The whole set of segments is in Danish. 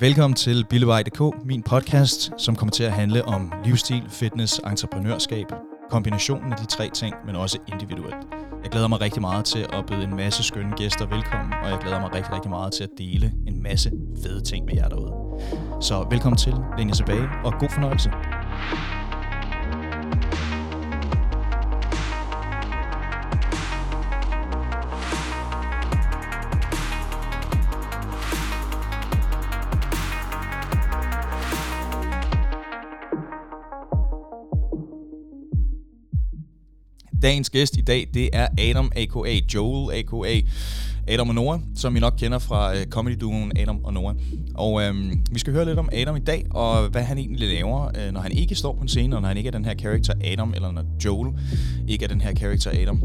Velkommen til Billevej.dk, min podcast, som kommer til at handle om livsstil, fitness, entreprenørskab, kombinationen af de tre ting, men også individuelt. Jeg glæder mig rigtig meget til at byde en masse skønne gæster velkommen, og jeg glæder mig rigtig, rigtig meget til at dele en masse fede ting med jer derude. Så velkommen til, læn jer tilbage, og god fornøjelse. Dagens gæst i dag, det er Adam, a.k.a. Joel, a.k.a. Adam og Nora, som I nok kender fra øh, comedy-duoen Adam og Nora. Og øhm, vi skal høre lidt om Adam i dag, og hvad han egentlig laver, øh, når han ikke står på en scene, og når han ikke er den her karakter Adam, eller når Joel ikke er den her karakter Adam.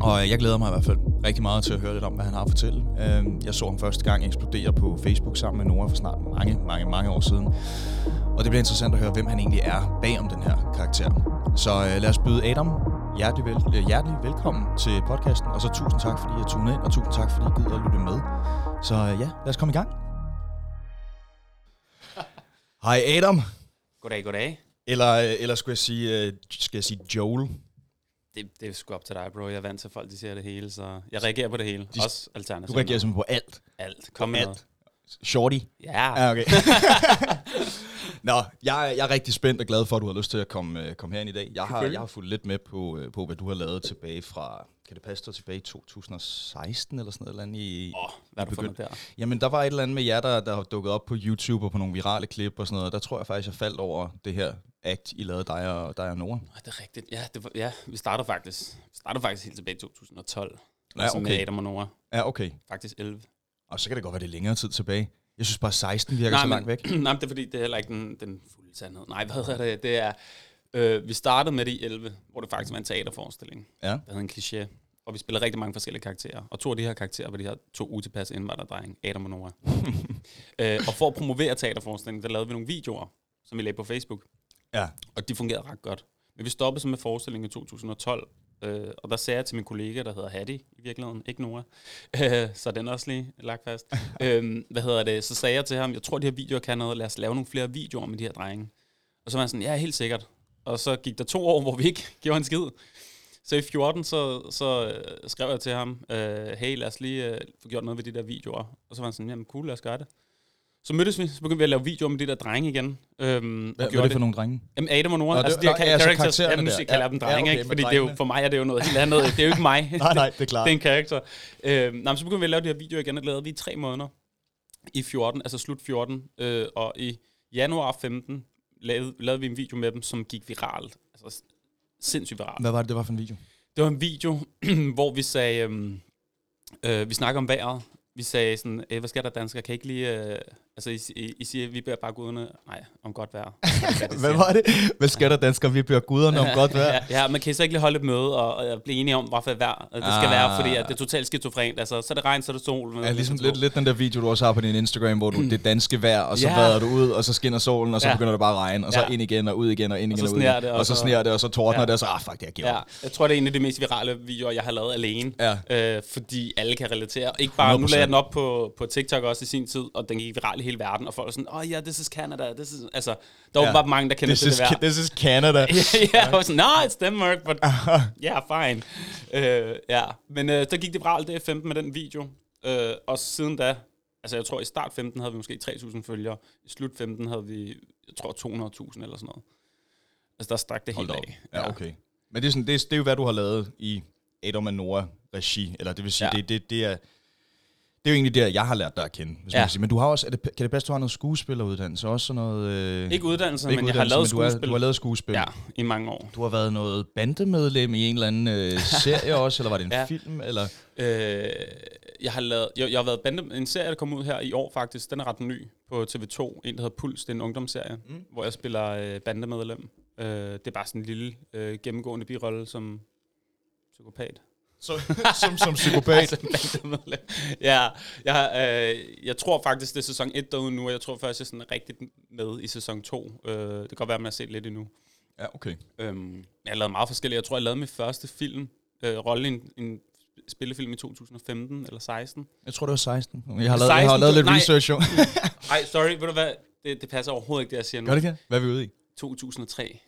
Og øh, jeg glæder mig i hvert fald rigtig meget til at høre lidt om, hvad han har at fortælle. Øh, jeg så ham første gang eksplodere på Facebook sammen med Nora for snart mange, mange, mange år siden. Og det bliver interessant at høre, hvem han egentlig er bag om den her karakter. Så øh, lad os byde Adam hjertelig, vel, øh, hjertelig velkommen til podcasten. Og så tusind tak, fordi I tunede ind, og tusind tak, fordi I gider at lytte med. Så øh, ja, lad os komme i gang. Hej Adam, Goddag, goddag. eller, øh, eller skulle jeg sige, øh, skal jeg sige Joel? Det, det er sgu op til dig, bro. Jeg er vant til, at folk de ser det hele, så jeg reagerer på det hele. De- De, Også Du alternativt. reagerer simpelthen på alt. alt. Kom med alt. noget. Shorty. Ja. Ja, okay. Nå, jeg, er- jeg er rigtig spændt og glad for, at du har lyst til at komme, øh, komme herind i dag. Jeg har, Selvfølgelig. jeg har fulgt lidt med på, øh, på, hvad du har lavet tilbage fra, kan det passe dig tilbage i 2016 eller sådan noget eller andet i... Åh, hvad har du fundet der? Jamen, der var et eller andet med jer, der, der dukkede op på YouTube og på nogle virale klip og sådan noget. Der tror jeg faktisk, jeg faldt over det her act, I lavede dig og, dig og Nora. Åh, det er rigtigt. Ja, det var, ja, vi starter faktisk. Vi starter faktisk helt tilbage i 2012. Ja, Altså Med okay. Adam og Nora. Ja, okay. Faktisk 11. Og så kan det godt være, det er længere tid tilbage. Jeg synes bare, 16 virker så men- langt væk. nej, men det er fordi, det er heller ikke den, den fulde sandhed. Nej, hvad hedder det? Det er, øh, vi startede med det i 11, hvor det faktisk var en teaterforestilling. Ja. Der hed en kliché. Og vi spillede rigtig mange forskellige karakterer. Og to af de her karakterer var de her to utilpasse indvandrerdrenge, Adam og Nora. øh, og for at promovere teaterforestillingen, der lavede vi nogle videoer, som vi lagde på Facebook. Ja. Og de fungerede ret godt. Men vi stoppede så med forestillingen i 2012. Øh, og der sagde jeg til min kollega, der hedder Hattie i virkeligheden, ikke Nora. Øh, så er den også lige lagt fast. øhm, hvad hedder det? Så sagde jeg til ham, jeg tror, de her videoer kan noget. Lad os lave nogle flere videoer med de her drenge. Og så var han sådan, ja, helt sikkert. Og så gik der to år, hvor vi ikke gjorde en skid. Så i 14, så, så øh, skrev jeg til ham, øh, hey, lad os lige øh, få gjort noget ved de der videoer. Og så var han sådan, jamen cool, lad os gøre det. Så mødtes vi, så begyndte vi at lave videoer med de der drenge igen. Øhm, og Hvad, hvad er gjorde det for nogle drenge? Jamen Adam og Nora, Nå, Nå, altså det- de her nå, ka- ja, altså characters, karaktererne ja, nu der. siger- kalder Ja, jeg dem ja, drenge, okay, ikke? men fordi det er jo, drengene. for mig er det jo noget helt andet. Det er jo ikke mig, det, Nej, nej, det er klart. det er en karakter. Øhm, nej, men så begyndte vi at lave de her videoer igen, og det lavede vi i tre måneder i 14, altså slut 14, øh, og i januar 15 lavede, lavede vi en video med dem, som gik viralt, altså s- sindssygt viralt. Hvad var det, det var for en video? Det var en video, hvor vi sagde, øhm, øh, vi snakker om vejret. Vi sagde sådan, "Øh, hvad sker der danskere, kan I ikke lige, øh, altså I, I, I siger, vi beder bare guderne, nej, om godt vejr. Hvad var det? Hvad skal der danskere? Vi bliver guderne om godt vejr. Ja, ja, man kan I så ikke lige holde et møde og, og blive enige om, hvad for vejr øh, det skal Ah. være, fordi at det er totalt skizofrent. Altså, så er det regn, så er det sol. Ja, ligesom lidt, lidt den der video, du også har på din Instagram, hvor du det danske vejr, og så Mm. Ja. vader du ud, og så skinner solen, og så Ja. begynder det bare at regne, og så Ja. ind igen, og ud igen, og ind igen, så og, ud sner igen. det, og, og så så- sner det, og så tordner Ja. det, og så, ah, fuck, det har givet Ja, jeg tror, det er en af de mest virale videoer, jeg har lavet alene. Ja. Øh, fordi alle kan relatere. Ikke bare, nu 100%. lagde jeg den op på, på TikTok også i sin tid, og den gik viral i hele verden, og folk var sådan, åh oh, ja, yeah, this is Canada, this is... Altså, der var Ja. ja. bare mange, der kendte This til is, det vejr. this is Canada. ja, jeg var sådan, nej, it's Denmark, but yeah, fine. Øh, ja, men øh, der gik det viralt det 15 med den video, øh, og siden da, altså jeg tror i start 15 havde vi måske 3.000 følgere, i slut 15 havde vi, jeg tror 200.000 eller sådan noget. Altså der stak det Hold helt da op. af. Ja, okay. Men det er, sådan, det, er, det er jo, hvad du har lavet i Adam and Nora regi, eller det vil sige, Ja. ja. det, det, det er... Det er jo egentlig der, jeg har lært dig at kende, hvis ja. Ja. man kan sige. Men du har også, er det, kan det passe, du har noget skuespilleruddannelse? Også sådan noget... Øh, Ikke uddannelse, men jeg har uddannelse, lavet men du er- skuespil. Du har lavet skuespil. Ja, i mange år. Du har været noget bandemedlem i en eller anden øh, serie også, eller var det en ja. Ja. film? Eller? Øh, jeg har lavet, jeg, jeg har været bande, en serie, der kom ud her i år faktisk. Den er ret ny på TV2. En, der hedder Puls. Det er en ungdomsserie, mm. hvor jeg spiller øh, bandemedlem. Øh, det er bare sådan en lille øh, gennemgående birolle som psykopat. Så, som, som psykopat. Altså, bandemedlem. ja, jeg, øh, jeg tror faktisk, det er sæson 1 derude nu, og jeg tror først, jeg er sådan rigtigt med i sæson 2. Øh, det kan godt være, at man har set lidt endnu. ja, okay. Øhm, jeg har lavet meget forskellige. Jeg tror, jeg lavede min første film, øh, rolle i en, en spillefilm i 2015 eller 16. Jeg tror, det var 16. Jeg har lavet, jeg har lavet lidt Nej. research, jo. Nej, sorry, ved du hvad? Det, det passer overhovedet ikke, det jeg siger nu. Gør det ikke? Hvad er vi ude i? 2003.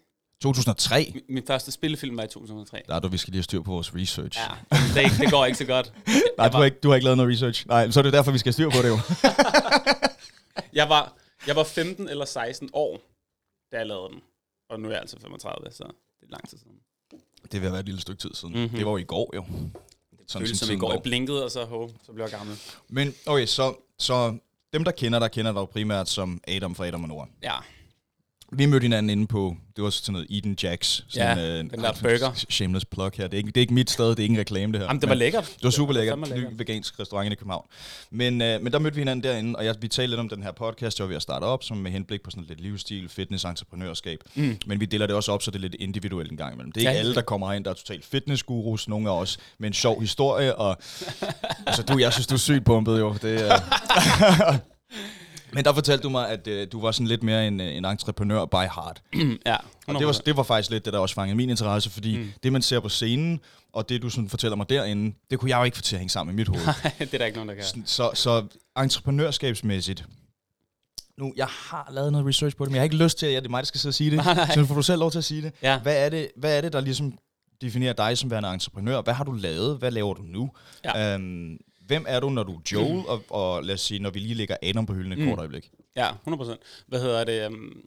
2003? Min, min første spillefilm var i 2003. Der er du, vi skal lige have styr på vores research. Ja, det, er ikke- det går ikke så godt. Nej, Jeg du har, var, ikke, du har ikke lavet noget research. Nej, så er det jo derfor, vi skal have styr på det jo. jeg, var, jeg var 15 eller 16 år, da jeg lavede den. Og nu er jeg altså 35, så det er lang tid siden. det vil være et lille stykke tid siden. Mhm. Mm-hmm. Det var jo i går jo. Sådan Føles som i tiden går, går. jeg blinkede, og så, ho, så blev jeg gammel. Men okay, så, så dem, der kender dig, kender dig jo primært som Adam fra Adam og Nora. Ja, Vi mødte hinanden inde på, det var sådan noget Eden Jacks. Sådan, Ja, den der ej, burger. Shameless plug her. Det er, ikke, det er ikke mit sted, det er ingen reklame det her. Jamen, det Men- var lækkert. Det var super lækkert. fandme Ny vegansk restaurant inde i København. Men, øh, men der mødte vi hinanden derinde, og jeg, vi talte lidt om den her podcast, jeg var ved at starte op, som med henblik på sådan lidt livsstil, fitness, entreprenørskab. Mm. Men vi deler det også op, så det er lidt individuelt en gang imellem. Det er ikke Ja. alle, der kommer ind, der er totalt fitnessgurus. Nogle af os med en sjov historie. Og, altså, du, jeg synes, du er sygt pumpet, jo. Det, øh. men der fortalte du mig, at øh, du var sådan lidt mere en, øh, en entreprenør by heart. Ja, Og det var, det var faktisk lidt det, der også fangede min interesse, fordi mm. det, man ser på scenen, og det, du sådan fortæller mig derinde, det kunne jeg jo ikke få til at hænge sammen i mit hoved. det er der ikke nogen, der kan. Sådan, Så, så entreprenørskabsmæssigt, nu, jeg har lavet noget research på det, men jeg har ikke lyst til, at det er mig, der skal sidde og sige det. Nej, nej. Så nu får du selv lov til at sige det. Ja. Hvad er det, hvad er det der ligesom definerer dig som værende entreprenør? Hvad har du lavet? Hvad laver du nu? Ja. Mm. Øhm, hvem er du, når du er Joel? Og, og lad os sige, når vi lige lægger Adam på hylden et mm. kort øjeblik. Ja, 100%. Hvad hedder det? Um,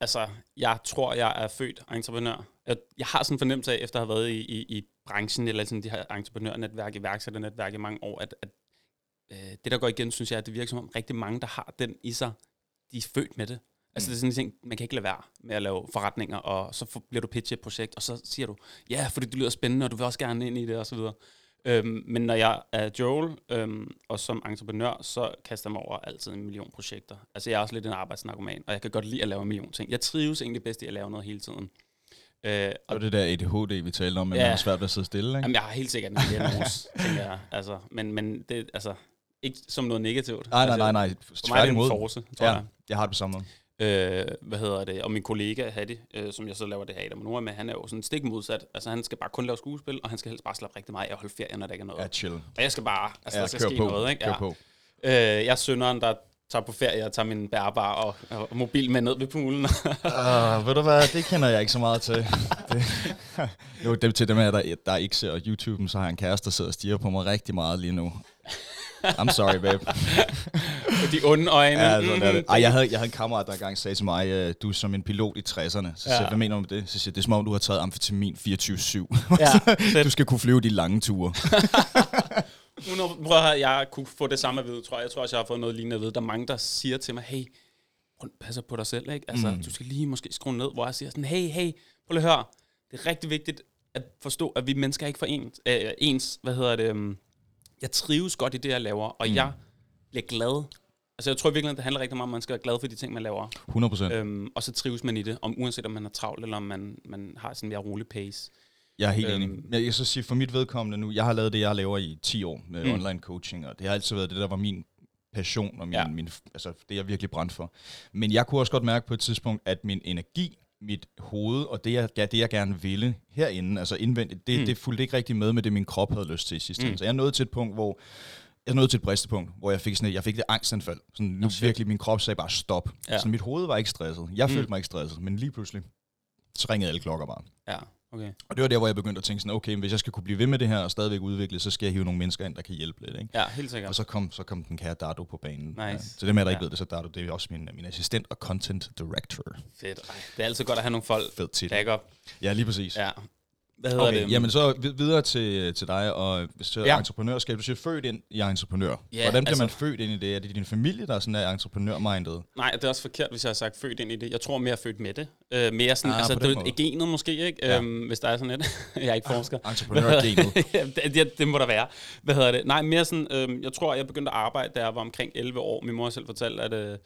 altså, jeg tror, jeg er født entreprenør. Jeg, jeg har sådan en fornemmelse af, efter at have været i, i, i branchen, eller sådan de her entreprenørnetværk, iværksætternetværk i mange år, at, at øh, det, der går igen, synes jeg, at det virker som om rigtig mange, der har den i sig, de er født med det. Altså, det er sådan en ting, man kan ikke lade være med at lave forretninger, og så får- bliver du pitchet et projekt, og så siger du, ja, fordi det lyder spændende, og du vil også gerne ind i det, og så videre. Øhm, men når jeg er Joel, øhm, og som entreprenør, så kaster jeg mig over altid en million projekter. Altså, jeg er også lidt en arbejdsnarkoman, og jeg kan godt lide at lave en million ting. Jeg trives egentlig bedst i at lave noget hele tiden. Øh, Og det der ADHD, vi talte om, men Ja. ja. man har svært ved at sidde stille, ikke? Jamen, jeg har helt sikkert en diagnose, tænker jeg. Altså, men, men det, altså, ikke som noget negativt. Nej, nej, nej, altså, nej. For mig er det en Tværtimod. force, tror ja. Ja, jeg. jeg har det på samme måde. Øh, hvad hedder det? Og min kollega Hatti, øh, som jeg så laver det her i Nora med, han er jo sådan stik modsat. Altså, han skal bare kun lave skuespil, og han skal helst bare slappe rigtig meget af og holde ferie, når der ikke er noget. Ja, chill. Og jeg skal bare, altså, Ja, ja, der skal kør ske på. noget, ikke? Kør på. Øh, jeg er sønderen, der tager på ferie og tager min bærbar og, og mobil med ned ved poolen. Uh, ved du hvad, det kender jeg ikke så meget til. Det. jo, dem til dem her, der, der ikke ser YouTube'en, så har jeg en kæreste, der sidder og stiger på mig rigtig meget lige nu. I'm sorry, babe. og de onde øjne. Ja, sådan er det. Ej, jeg havde, jeg havde en kammerat, der engang sagde til mig, øh, du er som en pilot i 60'erne. Så siger jeg, Ja. hvad mener du med det? Så siger jeg, det er som om, du har taget amfetamin 24-7. Ja, du skal kunne flyve de lange ture. Uden at, prøv at høre, jeg kunne få det samme at vide, tror jeg. Jeg tror også, jeg har fået noget lignende at vide. Der er mange, der siger til mig, hey, prøv, passer på dig selv, ikke? Altså, mm. du skal lige måske skrue ned, hvor jeg siger sådan, hey, hey, prøv lige at høre. Det er rigtig vigtigt at forstå, at vi mennesker er ikke for ens, øh, ens hvad hedder det, um, jeg trives godt i det, jeg laver, og mm. jeg bliver glad. Altså, jeg tror virkelig, det handler rigtig meget om, at man skal være glad for de ting, man laver. 100 procent. Øhm, og så trives man i det, om, uanset om man er travlt, eller om man, man har sådan en mere rolig pace. Jeg er helt Øhm. øhm. enig. Men Jeg kan så sige, for mit vedkommende nu, jeg har lavet det, jeg laver i 10 år med mm. online coaching, og det har altid været det, der var min passion, og min, Ja. ja. min, altså det, jeg virkelig brændte for. Men jeg kunne også godt mærke på et tidspunkt, at min energi, mit hoved og det, jeg, ja, det, jeg gerne ville herinde, altså indvendigt, det, mm. det fulgte ikke rigtig med med det, min krop havde lyst til i sidste mm. Så jeg nåede til et punkt, hvor jeg nåede til et bristepunkt, hvor jeg fik sådan et, jeg fik det angstanfald. Sådan, nu virkelig, min krop sagde bare stop. Ja. Ja. Så mit hoved var ikke stresset. Jeg mm. følte mig ikke stresset, men lige pludselig, så ringede alle klokker bare. Ja, okay. Og det var der, hvor jeg begyndte at tænke sådan, okay, men hvis jeg skal kunne blive ved med det her og stadigvæk udvikle, så skal jeg hive nogle mennesker ind, der kan hjælpe lidt. Ikke? Ja, helt sikkert. Og så kom, så kom den kære Dardo på banen. Nice. Nice. så det med, der ikke Ja. ja. ved det, så Dardo, det er også min, min assistent og content director. Fedt. Ej, det er altid godt at have nogle folk. Fed titel. Back up. Ja, lige præcis. Ja. Hvad hedder Okay, det? jamen så vid- videre til, til dig og hvis det er Ja. entreprenørskab. Du siger født ind i entreprenør. Ja, Hvordan bliver altså- man født ind i det? Er det din familie, der er sådan er entreprenør-minded? Nej, det er også forkert, hvis jeg har sagt født ind i det. Jeg tror mere født med det. Øh, mere sådan, Ah, altså, på den du, måde. ved, genet måske, ikke? Ja. Ja. Ah, Øhm, hvis der er sådan et. jeg er ikke forsker. Entreprenør-genet. Jamen, det, det, det må der være. Hvad hedder det? Nej, mere sådan, øhm, jeg tror, jeg begyndte at arbejde, da jeg var omkring 11 år. Min mor har selv fortalt, at, øh,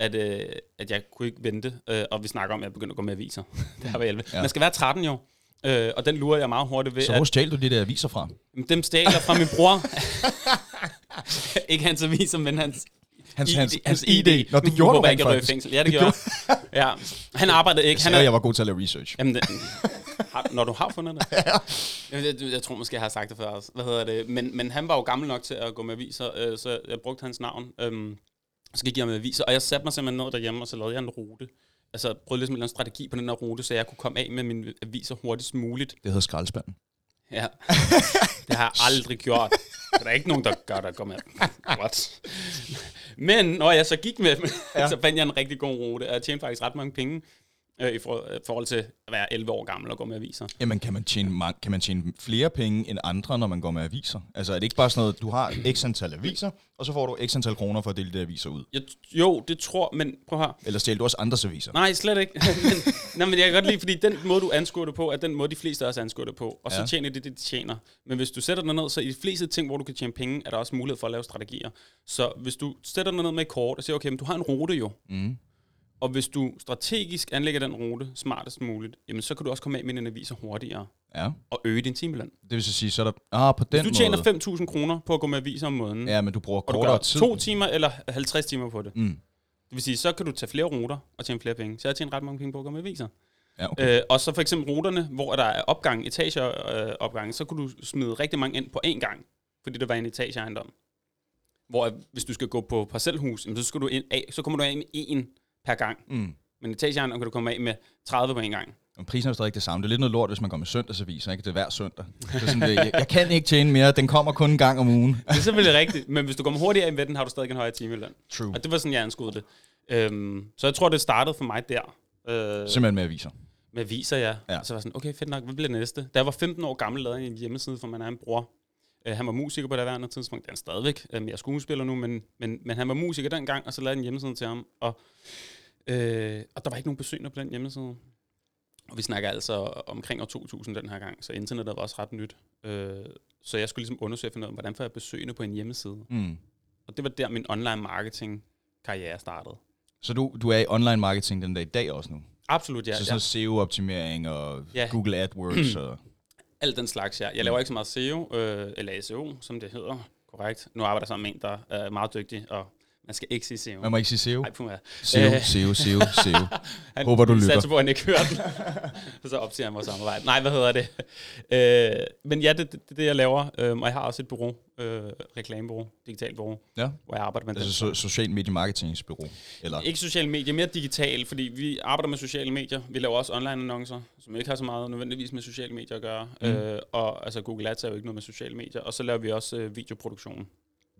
at, øh, at jeg kunne ikke vente. Øh, og vi snakker om, at jeg begyndte at gå med aviser, da jeg var 11. Ja. Ja. Man skal være 13 jo. Øh, og den lurer jeg meget hurtigt ved. Så hvor stjal du de der aviser fra? Jamen, dem stjal jeg fra min bror. ikke hans aviser, men hans Hans, ID. hans, hans ID. Nå, det gjorde du rent rent faktisk. faktisk. Fængsel. Ja, det, gjorde jeg. ja. Han arbejdede ikke. Han Han er, jeg var god til at lave research. jamen, det, Har, når du har fundet det. jeg, jeg, jeg tror måske, jeg har sagt det før også. Hvad hedder det? Men, men han var jo gammel nok til at gå med aviser, øh, så jeg brugte hans navn. Øhm, så gik jeg med aviser, og jeg satte mig simpelthen ned derhjemme, og så lavede jeg en rute. Altså prøvede ligesom en eller anden strategi på den her rute, så jeg kunne komme af med mine aviser hurtigst muligt. Det hedder skraldespanden. Ja. Det har jeg aldrig gjort. Der er ikke nogen, der gør det. Kom her. What? Men når jeg så gik med dem, ja. så fandt jeg en rigtig god rute, og jeg tjente faktisk ret mange penge øh, i for, øh, forhold til at være 11 år gammel og gå med aviser. Jamen, kan man, tjene, man- kan man tjene flere penge end andre, når man går med aviser? Altså, er det ikke bare sådan noget, du har x antal aviser, og så får du x antal kroner for at dele de aviser ud? Jeg, jo, det tror, men prøv her. Eller stjæler du også andres aviser? Nej, slet ikke. men, nej, men jeg kan godt lide, fordi den måde, du anskuer det på, er den måde, de fleste også anskuer det på. Og så Ja. tjener det, det de tjener. Men hvis du sætter dig ned, så i de fleste ting, hvor du kan tjene penge, er der også mulighed for at lave strategier. Så hvis du sætter dig ned med et kort og siger, okay, men du har en rute jo. Mm. Og hvis du strategisk anlægger den rute smartest muligt, jamen så kan du også komme af med dine aviser hurtigere Ja. og øge din timeløn. Det vil så sige, så er der... Ah, på den Hvis du tjener måde. 5.000 kroner på at gå med aviser om måneden, Ja, men du bruger og du kortere gør tid. to timer eller 50 timer på det, Mm. det vil sige, så kan du tage flere ruter og tjene flere penge. Så jeg har tjent ret mange penge på at gå med aviser. Ja, okay. Øh, og så for eksempel ruterne, hvor der er opgang, etageopgang, øh, opgange, så kunne du smide rigtig mange ind på én gang, fordi det var en etageejendom. Hvor at hvis du skal gå på parcelhus, jamen, så, skal du ind af, så kommer du af med én per gang. Mm. Men etageejendom kan du komme af med 30 på én gang. Men prisen er jo stadig ikke det samme. Det er lidt noget lort, hvis man går med søndagsaviser, ikke? Det er hver søndag. Det er sådan, det, jeg, jeg kan ikke tjene mere. Den kommer kun en gang om ugen. Det er selvfølgelig rigtigt, men hvis du kommer hurtigere af med den, har du stadig en højere timeløn. True. Og det var sådan, jeg anskuede det. Øhm, så jeg tror, det startede for mig der. Øh, Simpelthen med aviser. med viser jeg. Ja. Ja. Og så var jeg sådan, okay, fedt nok, hvad bliver det næste? Da jeg var 15 år gammel, lavede jeg en hjemmeside for min egen bror. Uh, han var musiker på det værende tidspunkt. Han er stadigvæk uh, mere skuespiller nu, men, men, men han var musiker dengang, og så lavede jeg en hjemmeside til ham. Og, øh, og der var ikke nogen besøgende på den hjemmeside. Og vi snakker altså omkring år 2000 den her gang, så internettet var også ret nyt. Øh, så jeg skulle ligesom undersøge for noget, hvordan får jeg besøgende på en hjemmeside? Mm. Og det var der, min online marketing karriere startede. Så du, du er i online marketing den dag i dag også nu? Absolut, ja. Ja, så ja. sådan ja. SEO-optimering og ja. Ja. Google AdWords og... alt den slags, ja. Jeg Mm. laver ikke så meget SEO, øh, eller SEO, som det hedder, korrekt. Nu arbejder jeg sammen med en, der er meget dygtig, og man skal ikke sige SEO. Man må ikke sige E SEO. Nej, puha. SEO, Øh. SEO, SEO, SEO. Han Håber, du lytter. satser på, at han ikke hører den. så opsiger han vores samarbejde. Nej, hvad hedder det? Øh, men ja, det det er det, jeg laver. Øhm, og jeg har også et bureau, øh, reklamebureau, digitalt bureau, Ja. hvor jeg arbejder med Altså det. so- social media marketingsbureau. Eller, Ikke sociale medier, mere digitale, fordi vi arbejder med sociale medier. Vi laver også online annoncer, som ikke har så meget nødvendigvis med sociale medier at gøre. Mm. Mm. Øh, og altså Google Ads er jo ikke noget med sociale medier. Og så laver vi også øh, videoproduktion.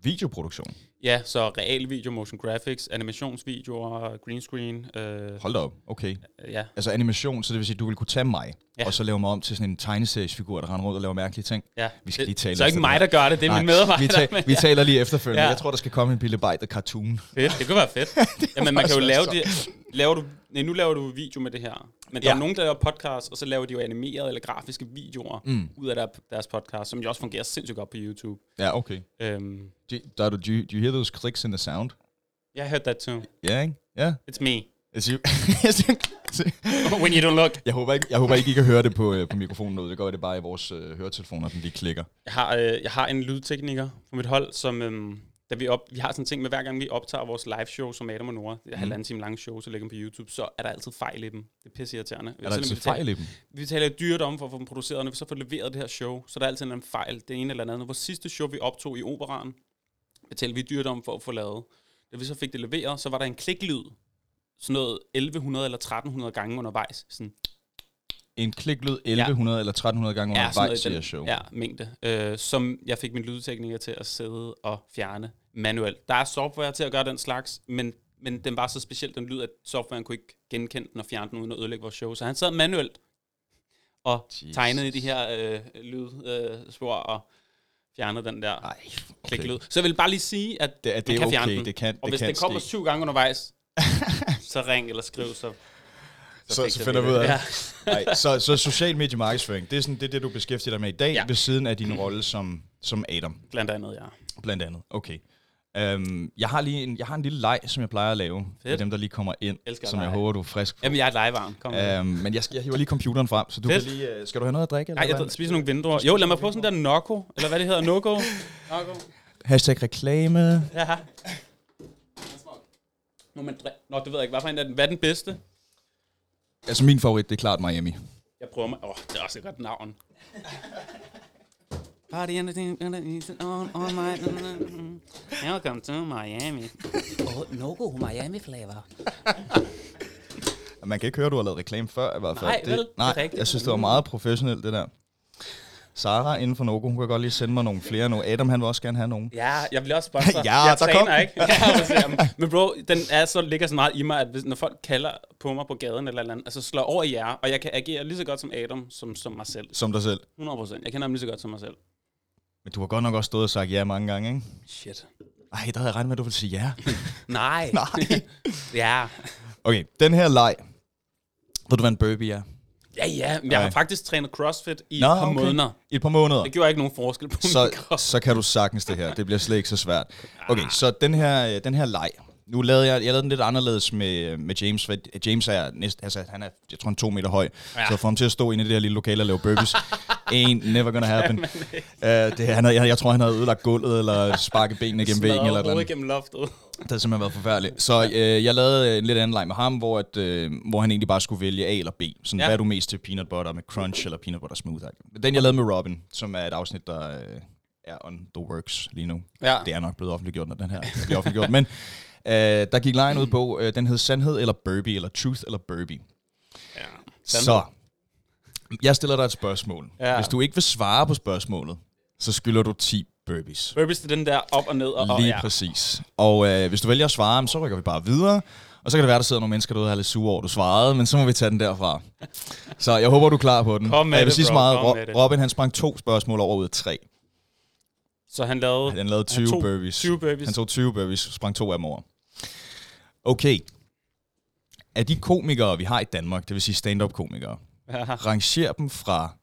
videoproduktion. Ja, så real video, motion graphics, animationsvideoer, green screen. Øh, Hold da op. Okay. ja, Altså animation, så det vil sige, at du vil kunne tage mig, ja. Ja. og så lave mig om til sådan en tegneseriesfigur, der render rundt og laver mærkelige ting. ja. Vi skal lige tale Så er efter ikke mig, der gør det, det er min medarbejder. vi, ta- vi taler lige efterfølgende. Ja. Ja. Jeg tror, der skal komme en lille bite af cartoon. Fedt, det kunne være fedt. Jamen, man kan jo faktisk lave være det... Laver du, nej, nu laver du video med det her. Men der Ja. er nogen, der laver podcast, og så laver de jo animerede eller grafiske videoer Mm. mm. ud af der- deres podcast, som jo også fungerer sindssygt godt på YouTube. Ja, okay. Um, Do, do, do, you, do you hear those clicks in the sound? yeah, I heard that too. Ja, yeah, ikke? Ja. Yeah. It's me. It's you. It's you. When you don't look. Jeg håber ikke, jeg håber ikke I kan høre det på, øh, på mikrofonen derude. Det gør det bare i vores øh, høretelefoner, den lige klikker. Jeg har, øh, jeg har en lydtekniker på mit hold, som... Øhm, da vi, op, vi har sådan en ting med, hver gang vi optager vores live show som Adam og Nora, Mhm. det er mm. halvanden time lange show, så lægger dem på YouTube, så er der altid fejl i dem. Det er pisse irriterende. Er der altid altså fejl i dem? vi taler dyrt om for at få dem produceret, og når vi så får leveret det her show, så er der altid en eller anden fejl, det ene eller andet. Vores sidste show, vi optog i operaren, betalte vi dyrt om for at få lavet. Da vi så fik det leveret, så var der en kliklyd, sådan noget 1100 eller 1300 gange undervejs. Sådan, En kliklyd 1100 ja. eller 1300 gange ja, sådan undervejs, noget i siger den show. ja, mængde, øh, som jeg fik min lydtekniker til at sidde og fjerne manuelt. Der er software til at gøre den slags, men, men den var så speciel, den lyd, at softwaren kunne ikke genkende den og fjerne den uden at ødelægge vores show. Så han sad manuelt og Jesus. tegnede i de her øh, lydspor øh, spor og fjernede den der Ej, okay. kliklyd. Så jeg vil bare lige sige, at Det, er- det man er kan okay. fjerne den. Det kan, og det hvis kan den kommer ske. syv gange undervejs, så ring eller skriv, så... Så- fikser så finder vi ud af Ja. Nej, så, så social medie markedsføring, det er, sådan, det, er det, du beskæftiger dig med i dag, ja. Ja. ved siden af din rolle som, som Adam, Blandt andet, ja. blandt andet. Okay. Um, jeg, har lige en, jeg har en lille leg, som jeg plejer at lave, for Fedt. dem, der lige kommer ind, Elsker som jeg lege. håber, du er frisk Jamen, jeg er et legevarm. Kom. med. Um, men jeg, skal- jeg hiver lige computeren frem, så du kan Fedt. lige... øh, Skal du have noget at drikke? Nej, jeg hvad? dr- spiser nogle vindruer. Jo, lad mig få sådan der Noko, eller hvad det hedder, Noko. Noko. Hashtag reklame. Ja. Må man dri- Nå, det ved jeg ikke. Hvad, for en er den, hvad er den bedste? Altså min favorit, det er klart Miami. Jeg prøver mig... Åh, oh, det er også et godt navn. Party on the team, on the on, on my... Welcome to Miami. Oh, no go Miami flavor. Man kan ikke høre, at du har lavet reklame før i hvert fald. Nej, vel? Det det, er nej rigtigt. jeg synes, det var meget professionelt, det der. Sara inden for Nogo, hun kan godt lige sende mig nogle flere nu. Adam, han vil også gerne have nogle. Ja, jeg bliver også sponsor. Ja, jeg der træner kom den. ikke. Ja, præcis. Jamen, Men bro, den er så, ligger så meget i mig, at hvis, når folk kalder på mig på gaden eller et eller andet, altså slår over i jer, og jeg kan agere lige så godt som Adam, som, som mig selv. Som dig selv. 100 procent. Jeg kender ham lige så godt som mig selv. Men du har godt nok også stået og sagt ja mange gange, ikke? Shit. Ej, der havde jeg regnet med, at du ville sige ja. Nej. Nej. ja. Okay, den her leg. Ved du, hvad en burpee er? Ja, ja. Men jeg har Nej. faktisk trænet CrossFit i Nå, et par okay. måneder. I et par måneder. Det gjorde ikke nogen forskel på så, min så, krop. så kan du sagtens det her. Det bliver slet ikke så svært. Okay, så den her, øh, den her leg. Nu lavede jeg, jeg lavede den lidt anderledes med, med James. For James er næst, altså han er, jeg tror han er to meter høj. Ja. Så for ham til at stå inde i det her lille lokale og lave burpees, ain't never gonna happen. Uh, det, han havde, jeg, jeg tror, han havde ødelagt gulvet, eller sparket benene gennem væggen, eller et eller noget. andet. gennem loftet. Det har simpelthen været forfærdeligt. Så øh, jeg lavede øh, en lidt anden leg med ham, hvor, at, øh, hvor han egentlig bare skulle vælge A eller B. Sådan, ja. Ja. hvad er du mest til peanut butter med crunch eller peanut butter smooth? Men Den jeg lavede med Robin, som er et afsnit, der øh, er on the works lige nu. Ja. Det er nok blevet offentliggjort, når den her bliver offentliggjort. Men øh, der gik lejen ud på, øh, den hed Sandhed eller Burby, eller Truth eller Burby. Ja. Så, jeg stiller dig et spørgsmål. Ja. Ja. Hvis du ikke vil svare på spørgsmålet, så skylder du 10 burpees. Burpees, det er den der op og ned og op. Lige ja. præcis. Og øh, hvis du vælger at svare, så rykker vi bare videre. Og så kan det være, der sidder nogle mennesker derude og er lidt sure over, at du svarede, men så må vi tage den derfra. Så jeg håber, du er klar på den. Kom med Og jeg vil det, sige så bro. meget, Kom Ro- med det. Robin han sprang to spørgsmål over ud af tre. Så han lavede... Han lavede 20 tog burpees. 20 burpees. Han tog 20 burpees, sprang to af dem over. Okay. Af de komikere, vi har i Danmark, det vil sige stand-up komikere, Ja. rangerer dem fra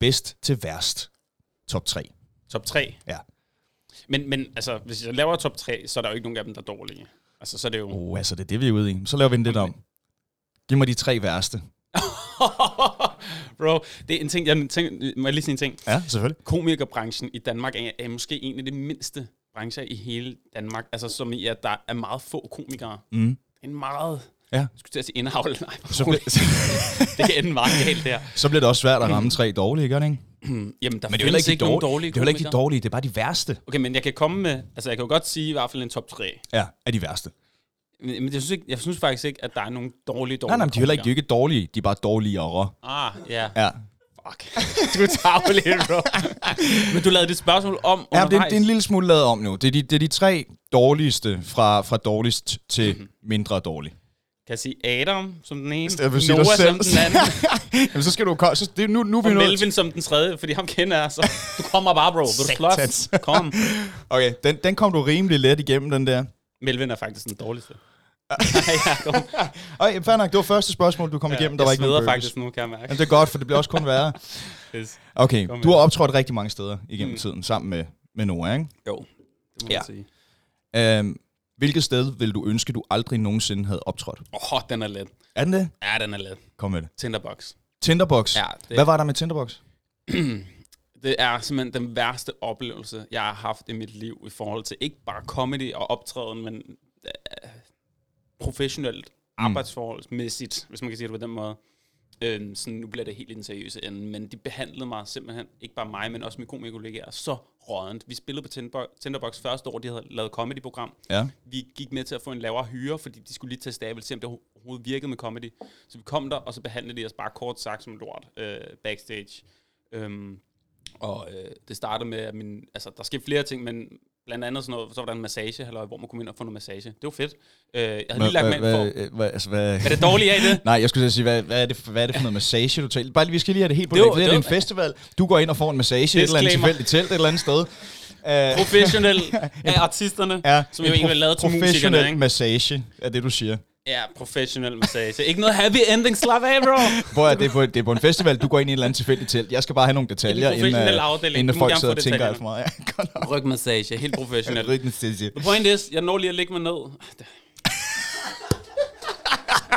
bedst til værst. Top 3. Top 3. Ja. Men, men altså, hvis jeg laver top 3, så er der jo ikke nogen af dem, der er dårlige. Altså, så er det jo... Oh, altså, det er det, vi er ude i. Så laver vi den lidt om. Giv mig de tre værste. Bro, det er en ting, jeg tænker, må jeg lige sige en ting? Ja, selvfølgelig. Komikerbranchen i Danmark er, er måske en af de mindste brancher i hele Danmark. Altså, som i, at der er meget få komikere. Mm. En meget... Ja. Jeg skulle til at sige indhavl. Nej, Så, rolig. bliver, så- det kan ende meget galt der. så bliver det også svært at ramme tre dårlige, gør det ikke? Jamen, der Men det er jo heller findes ikke, ikke, de nogen dårlige. dårlige det er jo heller ikke de komikere. dårlige, det er bare de værste. Okay, men jeg kan komme med... Altså, jeg kan jo godt sige i hvert fald en top 3. Ja, er de værste. Men, men jeg, synes ikke, jeg synes faktisk ikke, at der er nogen dårlige, dårlige Nej, nej, men de er heller ikke, de er jo ikke dårlige, de er bare dårligere. Ah, ja. Ja, Fuck. du tager jo lidt, bro. men du lavede det spørgsmål om ja undervejs. det, er, det er en lille smule lavet om nu. Det er de, det er de tre dårligste fra, fra dårligst til Mhm. mindre dårlig. Kan jeg sige Adam som den ene, Jeg vil sige dig Noah selv. som den anden, Jamen, så skal du... ko- Så, det, er nu, nu er vi og nået... til- Melvin som den tredje, fordi ham kender jeg, så du kommer bare, bro. Vil du Satans. slås? Kom. Okay, den, den kom du rimelig let igennem, den der. Melvin er faktisk den dårligste. ja, kom. Oj, fair nok, det var første spørgsmål, du kom igennem. Der jeg var ikke nogen sveder faktisk. faktisk nu, kan jeg mærke. Men det er godt, for det bliver også kun værre. Pis. Okay, med du har optrådt rigtig mange steder igennem tiden, sammen med, med Noah, ikke? Jo, det må Ja. man sige. Øhm, hvilket sted vil du ønske, du aldrig nogensinde havde optrådt? Åh, oh, den er let. Er den det? Ja, den er let. Kom med det. Tinderbox. Tinderbox. Ja, det- Hvad var der med Tinderbox? Det er simpelthen den værste oplevelse, jeg har haft i mit liv i forhold til ikke bare comedy og optræden, men øh, professionelt, arbejdsforholdsmæssigt, hvis man kan sige det på den måde. Øhm, sådan, nu bliver det helt i den seriøse ende, men de behandlede mig simpelthen, ikke bare mig, men også mine komikerkollegaer, så rådent. Vi spillede på Tinderbox, Tinderbox første år, de havde lavet comedy-program. Ja. Vi gik med til at få en lavere hyre, fordi de skulle lige tage stabel, se om det overhovedet virkede med comedy. Så vi kom der, og så behandlede de os bare kort sagt som lort øh, backstage. Øhm, og øh, det startede med, at min, altså, der skete flere ting, men blandt andet sådan noget, så var der en massage, halløj, hvor man kom ind og få noget massage. Det var fedt. Øh, jeg havde lige lagt mig ind for... for. Hvad, altså, hvad, Er det dårligt af det? Nej, jeg skulle til at sige, hvad, hvad, er det, for- hvad er det for noget massage, du taler? Bare lige, vi skal lige have det helt på Det det. var- Det, det, er det en var- festival. Du går ind og får en massage i et eller andet Disclaimer. tilfældigt telt et eller andet sted. Uh, Professionel af artisterne, ja, som jo egentlig var lavet til musikerne, professionel ikke? massage, er det, du siger. Ja, professionel massage. Ikke noget happy ending, slap af, bro! Hvor er det, på, det er på en festival, du går ind i et eller andet tilfældigt telt. Jeg skal bare have nogle detaljer, Det er en inden, professionel øh, afdeling. inden Du må folk gerne sidder få og tænker alt detaljerne. for meget. Ja, godt nok. Rygmassage, helt professionel. Rygmassage. The point is, jeg når lige at lægge mig ned. Ah,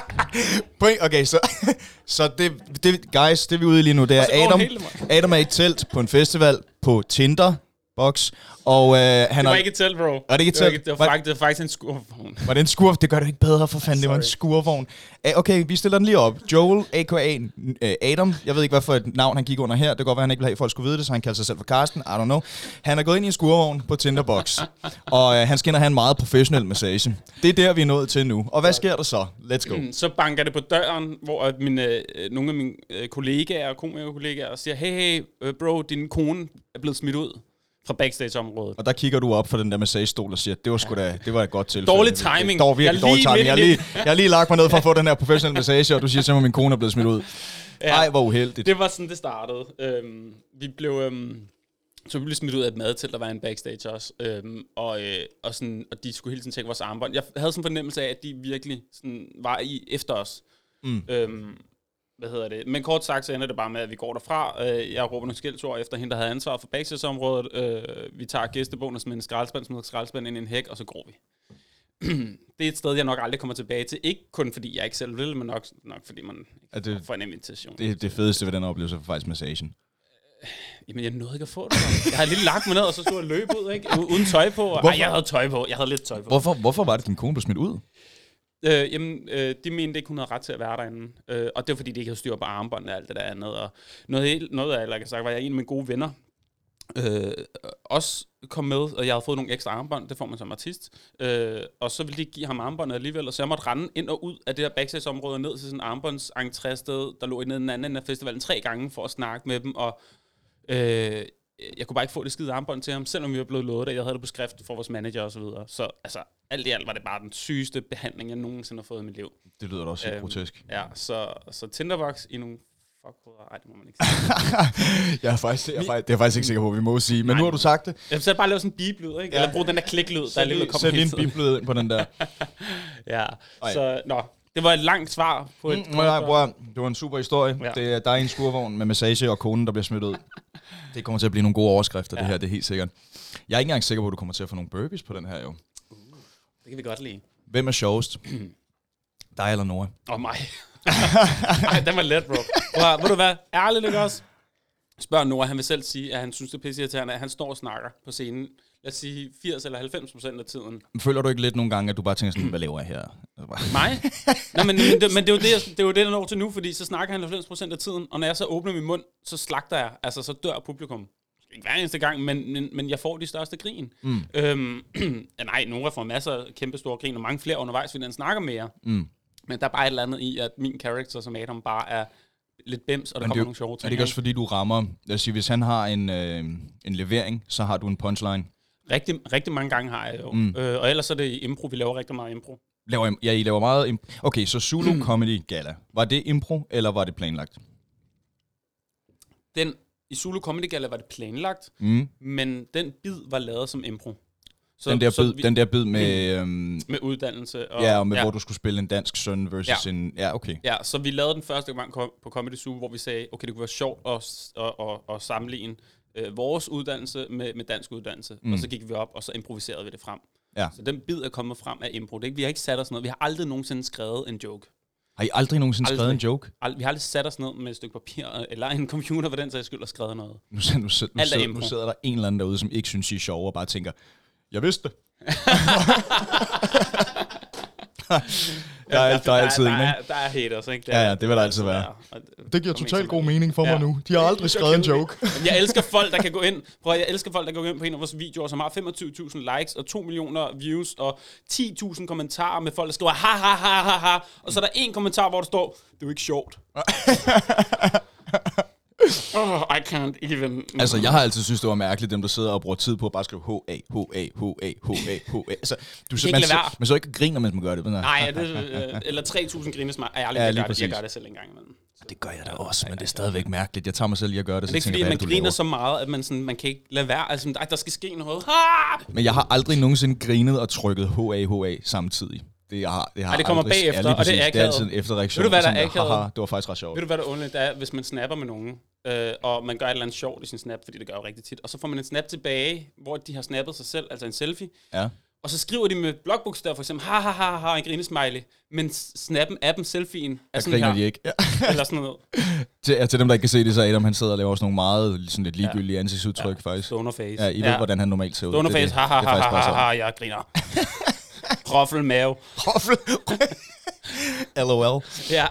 Point, okay, så, så det, det, guys, det vi er ude i lige nu, det er så går Adam, hele vejen. Adam er i et telt på en festival på Tinder boks. Og øh, han Det var har... ikke et telt, bro. Det Var det ikke et var, telt? ikke, det Var- var, faktisk, det var faktisk en skurvogn. Var det en skurv? Det gør det jo ikke bedre, for fanden. Det var en Sorry. skurvogn. Ah, Okay, vi stiller den lige op. Joel, a.k.a. øh, Adam. Jeg ved ikke, hvad for et navn han gik under her. Det kan godt være, han ikke vil have, at folk skulle vide det, så han kalder sig selv for Karsten. I don't know. Han er gået ind i en skurvogn på Tinderbox. Og øh, han skinner have en meget professionel massage. Det er der, vi er nået til nu. Og hvad sker der så? Let's go. Mm, Så banker det på døren, hvor at mine, øh, nogle af mine øh, kollegaer og komikerkollegaer siger, hey, hey, øh, bro, din kone er blevet smidt ud fra backstage-området. Og der kigger du op for den der massagestol og siger, det var sgu da, det var et godt tilfælde. Dårlig Det er timing. Dårlig, Jeg virkelig er dårlig lige timing. Jeg midt har i lige, jeg har lige lagt mig ned for at få den her professionelle massage, og du siger simpelthen, at min kone er blevet smidt ud. Nej, hvor uheldigt. Det var sådan, det startede. Øhm, vi blev... Øhm, så vi blev smidt ud af et madtelt, der var en backstage også. Øhm, og, øh, og, sådan, og de skulle hele tiden tjekke vores armbånd. Jeg havde sådan en fornemmelse af, at de virkelig sådan, var i efter os. Mm. Øhm, hvad hedder det? Men kort sagt, så ender det bare med, at vi går derfra. Øh, jeg råber nogle skældsord efter hende, der havde ansvar for backstageområdet. Øh, vi tager gæstebogen og smider en skraldespand, smider skraldespand ind i en hæk, og så går vi. det er et sted, jeg nok aldrig kommer tilbage til. Ikke kun fordi jeg ikke selv vil, men nok, nok fordi man Er ikke det- får en invitation. Det, det fedeste ved den oplevelse var faktisk massagen. Jamen, jeg nåede ikke at få det. mand. Jeg havde lige lagt mig ned, og så stod jeg og løb ud, ikke? U- Uden tøj på. Og, ej, Hvorfor? jeg havde tøj på. Jeg havde lidt tøj på. Hvorfor, hvorfor var det, din kone blev smidt ud? Øh, jamen, øh, de mente ikke, hun havde ret til at være derinde. Øh, og det var, fordi de ikke havde styr på armbåndene og alt det der andet. Og noget, helt- noget af jeg kan sagt, var jeg en af mine gode venner. Øh, også kom med, og jeg havde fået nogle ekstra armbånd, det får man som artist. Øh, og så ville de ikke give ham armbåndet alligevel, og så jeg måtte rende ind og ud af det her backstage-område og ned til sådan en armbåndsentræsted, der lå i den anden ende af festivalen tre gange for at snakke med dem, og øh, jeg kunne bare ikke få det skide armbånd til ham, selvom vi var blevet lovet det. Jeg havde det på skrift for vores manager og så videre. Så altså, alt i alt var det bare den sygeste behandling, jeg nogensinde har fået i mit liv. Det lyder da også helt Øhm. grotesk. Ja, så, så Tinderbox i nogle fuckhoveder. Ej, det må man ikke sige. Jeg er faktisk, jeg er faktisk, det er jeg faktisk ikke sikker på, at vi må sige. Men nu har du sagt det. Jamen, så er det bare lave sådan en beep-lyd, ikke? Ja. Eller brug den der kliklyd, der alligevel kommer Sæt lige hele en tiden. biblød ind på den der. Ja, Ej. så nå. Det var et langt svar på et... Mm, nej, bror, det var en super historie. Ja. Ja. Det, er- der er en skurvogn med massage og konen, der bliver smidt ud. Det kommer til at blive nogle gode overskrifter, ja. det her, det er helt sikkert. Jeg er ikke engang sikker på, at du kommer til at få nogle burpees på den her, jo. Det kan vi godt lide. Hvem er sjovest? Dig eller Nora? Og mig. Ej, den var let, bro. Prøv, at- ved du hvad? Ærligt, ikke også? Spørg Nora, han vil selv sige, at han synes, det er pisseirriterende, at han står og snakker på scenen. Lad os sige 80 eller 90 procent af tiden. Føler du ikke lidt nogle gange, at du bare tænker sådan, hvad laver jeg her? Altså bare- Mig? Nej, men, men, det, men det, er jo det, jeg, det er jo det, der når til nu, fordi så snakker han 90 procent af tiden, og når jeg så åbner min mund, så slagter jeg. Altså, så dør publikum. Ikke hver eneste gang, men, men, men jeg får de største grin. Mm. Øhm, ja, nej, Nora får masser af kæmpe store grin, og mange flere undervejs, fordi han snakker mere. Mm. Men der er bare et eller andet i, at min karakter som Adam bare er lidt bims, og der Men kommer det er, jo- nogle sjove er det ting. ikke ikke? også fordi, du rammer... Lad os sige, hvis han har en, øh, en levering, så har du en punchline. Rigtig, rigtig mange gange har jeg jo. Mm. Øh, og ellers er det i impro, vi laver rigtig meget impro. Laver, I- ja, I laver meget... Imp- okay, så Zulu Comedy Gala. Var det impro, eller var det planlagt? Den, I Zulu Comedy Gala var det planlagt, Mm. men den bid var lavet som impro. Så, Den, der så bid, vi- den der bid med... Øh, med uddannelse. Og, ja, og med, ja, hvor du skulle spille en dansk søn versus Ja. ja. en... Ja, okay. Ja, så vi lavede den første gang kom- på Comedy Zoo, hvor vi sagde, okay, det kunne være sjovt at, s- at, at, at sammenligne øh, vores uddannelse med, med dansk uddannelse. Mm. Og så gik vi op, og så improviserede vi det frem. Ja. Så den bid er kommet frem af impro. Det, er ikke- vi har ikke sat os ned. Vi har aldrig nogensinde skrevet en joke. Har I aldrig nogensinde aldrig. skrevet en Aldrig. joke? Ald- vi har aldrig sat os ned med et stykke papir, øh, eller en computer for den sags skyld, og skrevet noget. Nu, sidder- nu, sidder- nu, Alt er sidder, impro. nu sidder der en eller anden derude, som ikke synes, I er sjove, og bare tænker, jeg vidste det. der, er, der er altid der, en, der, ikke? er, der er haters, ikke? Ja, ja, det vil der altid være. Det giver totalt god mening for mig Ja. nu. De har aldrig skrevet en joke. Jamen, Jeg elsker folk, der kan gå ind. Prøv, at- jeg elsker folk, der kan gå ind på en af vores videoer, som har 25.000 likes og 2 millioner views og 10.000 kommentarer med folk, der skriver ha ha ha ha ha. Og så er der en kommentar, hvor der står, det er jo ikke sjovt. oh, I can't even. Altså, jeg har altid synes, det var mærkeligt, dem der sidder og bruger tid på at bare skrive H-A, H-A, H-A, H-A, H-A. Altså, du, man, lade så, være. man så ikke griner, mens man gør det. men- Nej, er det, øh, eller 3.000 grinesmart. Jeg, Ja, ja, jeg, lige gør det. jeg præcis. gør det selv en gang imellem. Det gør jeg da også, men det er stadigvæk mærkeligt. Jeg tager mig selv lige at gøre det, så Det er ikke tænker fordi, jeg, at hvad man er det, du griner laver? så meget, at man, sådan, man kan ikke lade være. Altså, ej, der skal ske noget. Ah! Men jeg har aldrig nogensinde grinet og trykket HAHA samtidig. Det, jeg har, det, har Ej, det kommer aldrig, lige bagefter, og det er præcis. Det er akavet. altid en efterreaktion. Ved du, hvad der er Sådan, akavet? Haha, det var faktisk ret sjovt. Ved du, hvad der er underligt Det er, hvis man snapper med nogen, øh, og man gør et eller andet sjovt i sin snap, fordi det gør jeg jo rigtig tit, og så får man en snap tilbage, hvor de har snappet sig selv, altså en selfie, Ja. Og så skriver de med blokbogstaver for eksempel, ha ha ha ha, en grinesmiley, men snappen, appen, selfien er Jeg sådan her, griner de ikke. Ja. eller sådan noget. til, ja, til dem, der ikke kan se det, så Adam han sidder og laver sådan nogle meget sådan lidt ligegyldige ansigtsudtryk faktisk. Stoner face. Ja, I ved, hvordan han normalt ser ud. Stoner Det er face, det. ha ha Det er ha faktisk ha bare ha, sådan. ha, jeg griner. Kroffel mave. Hoffel. LOL. Ja.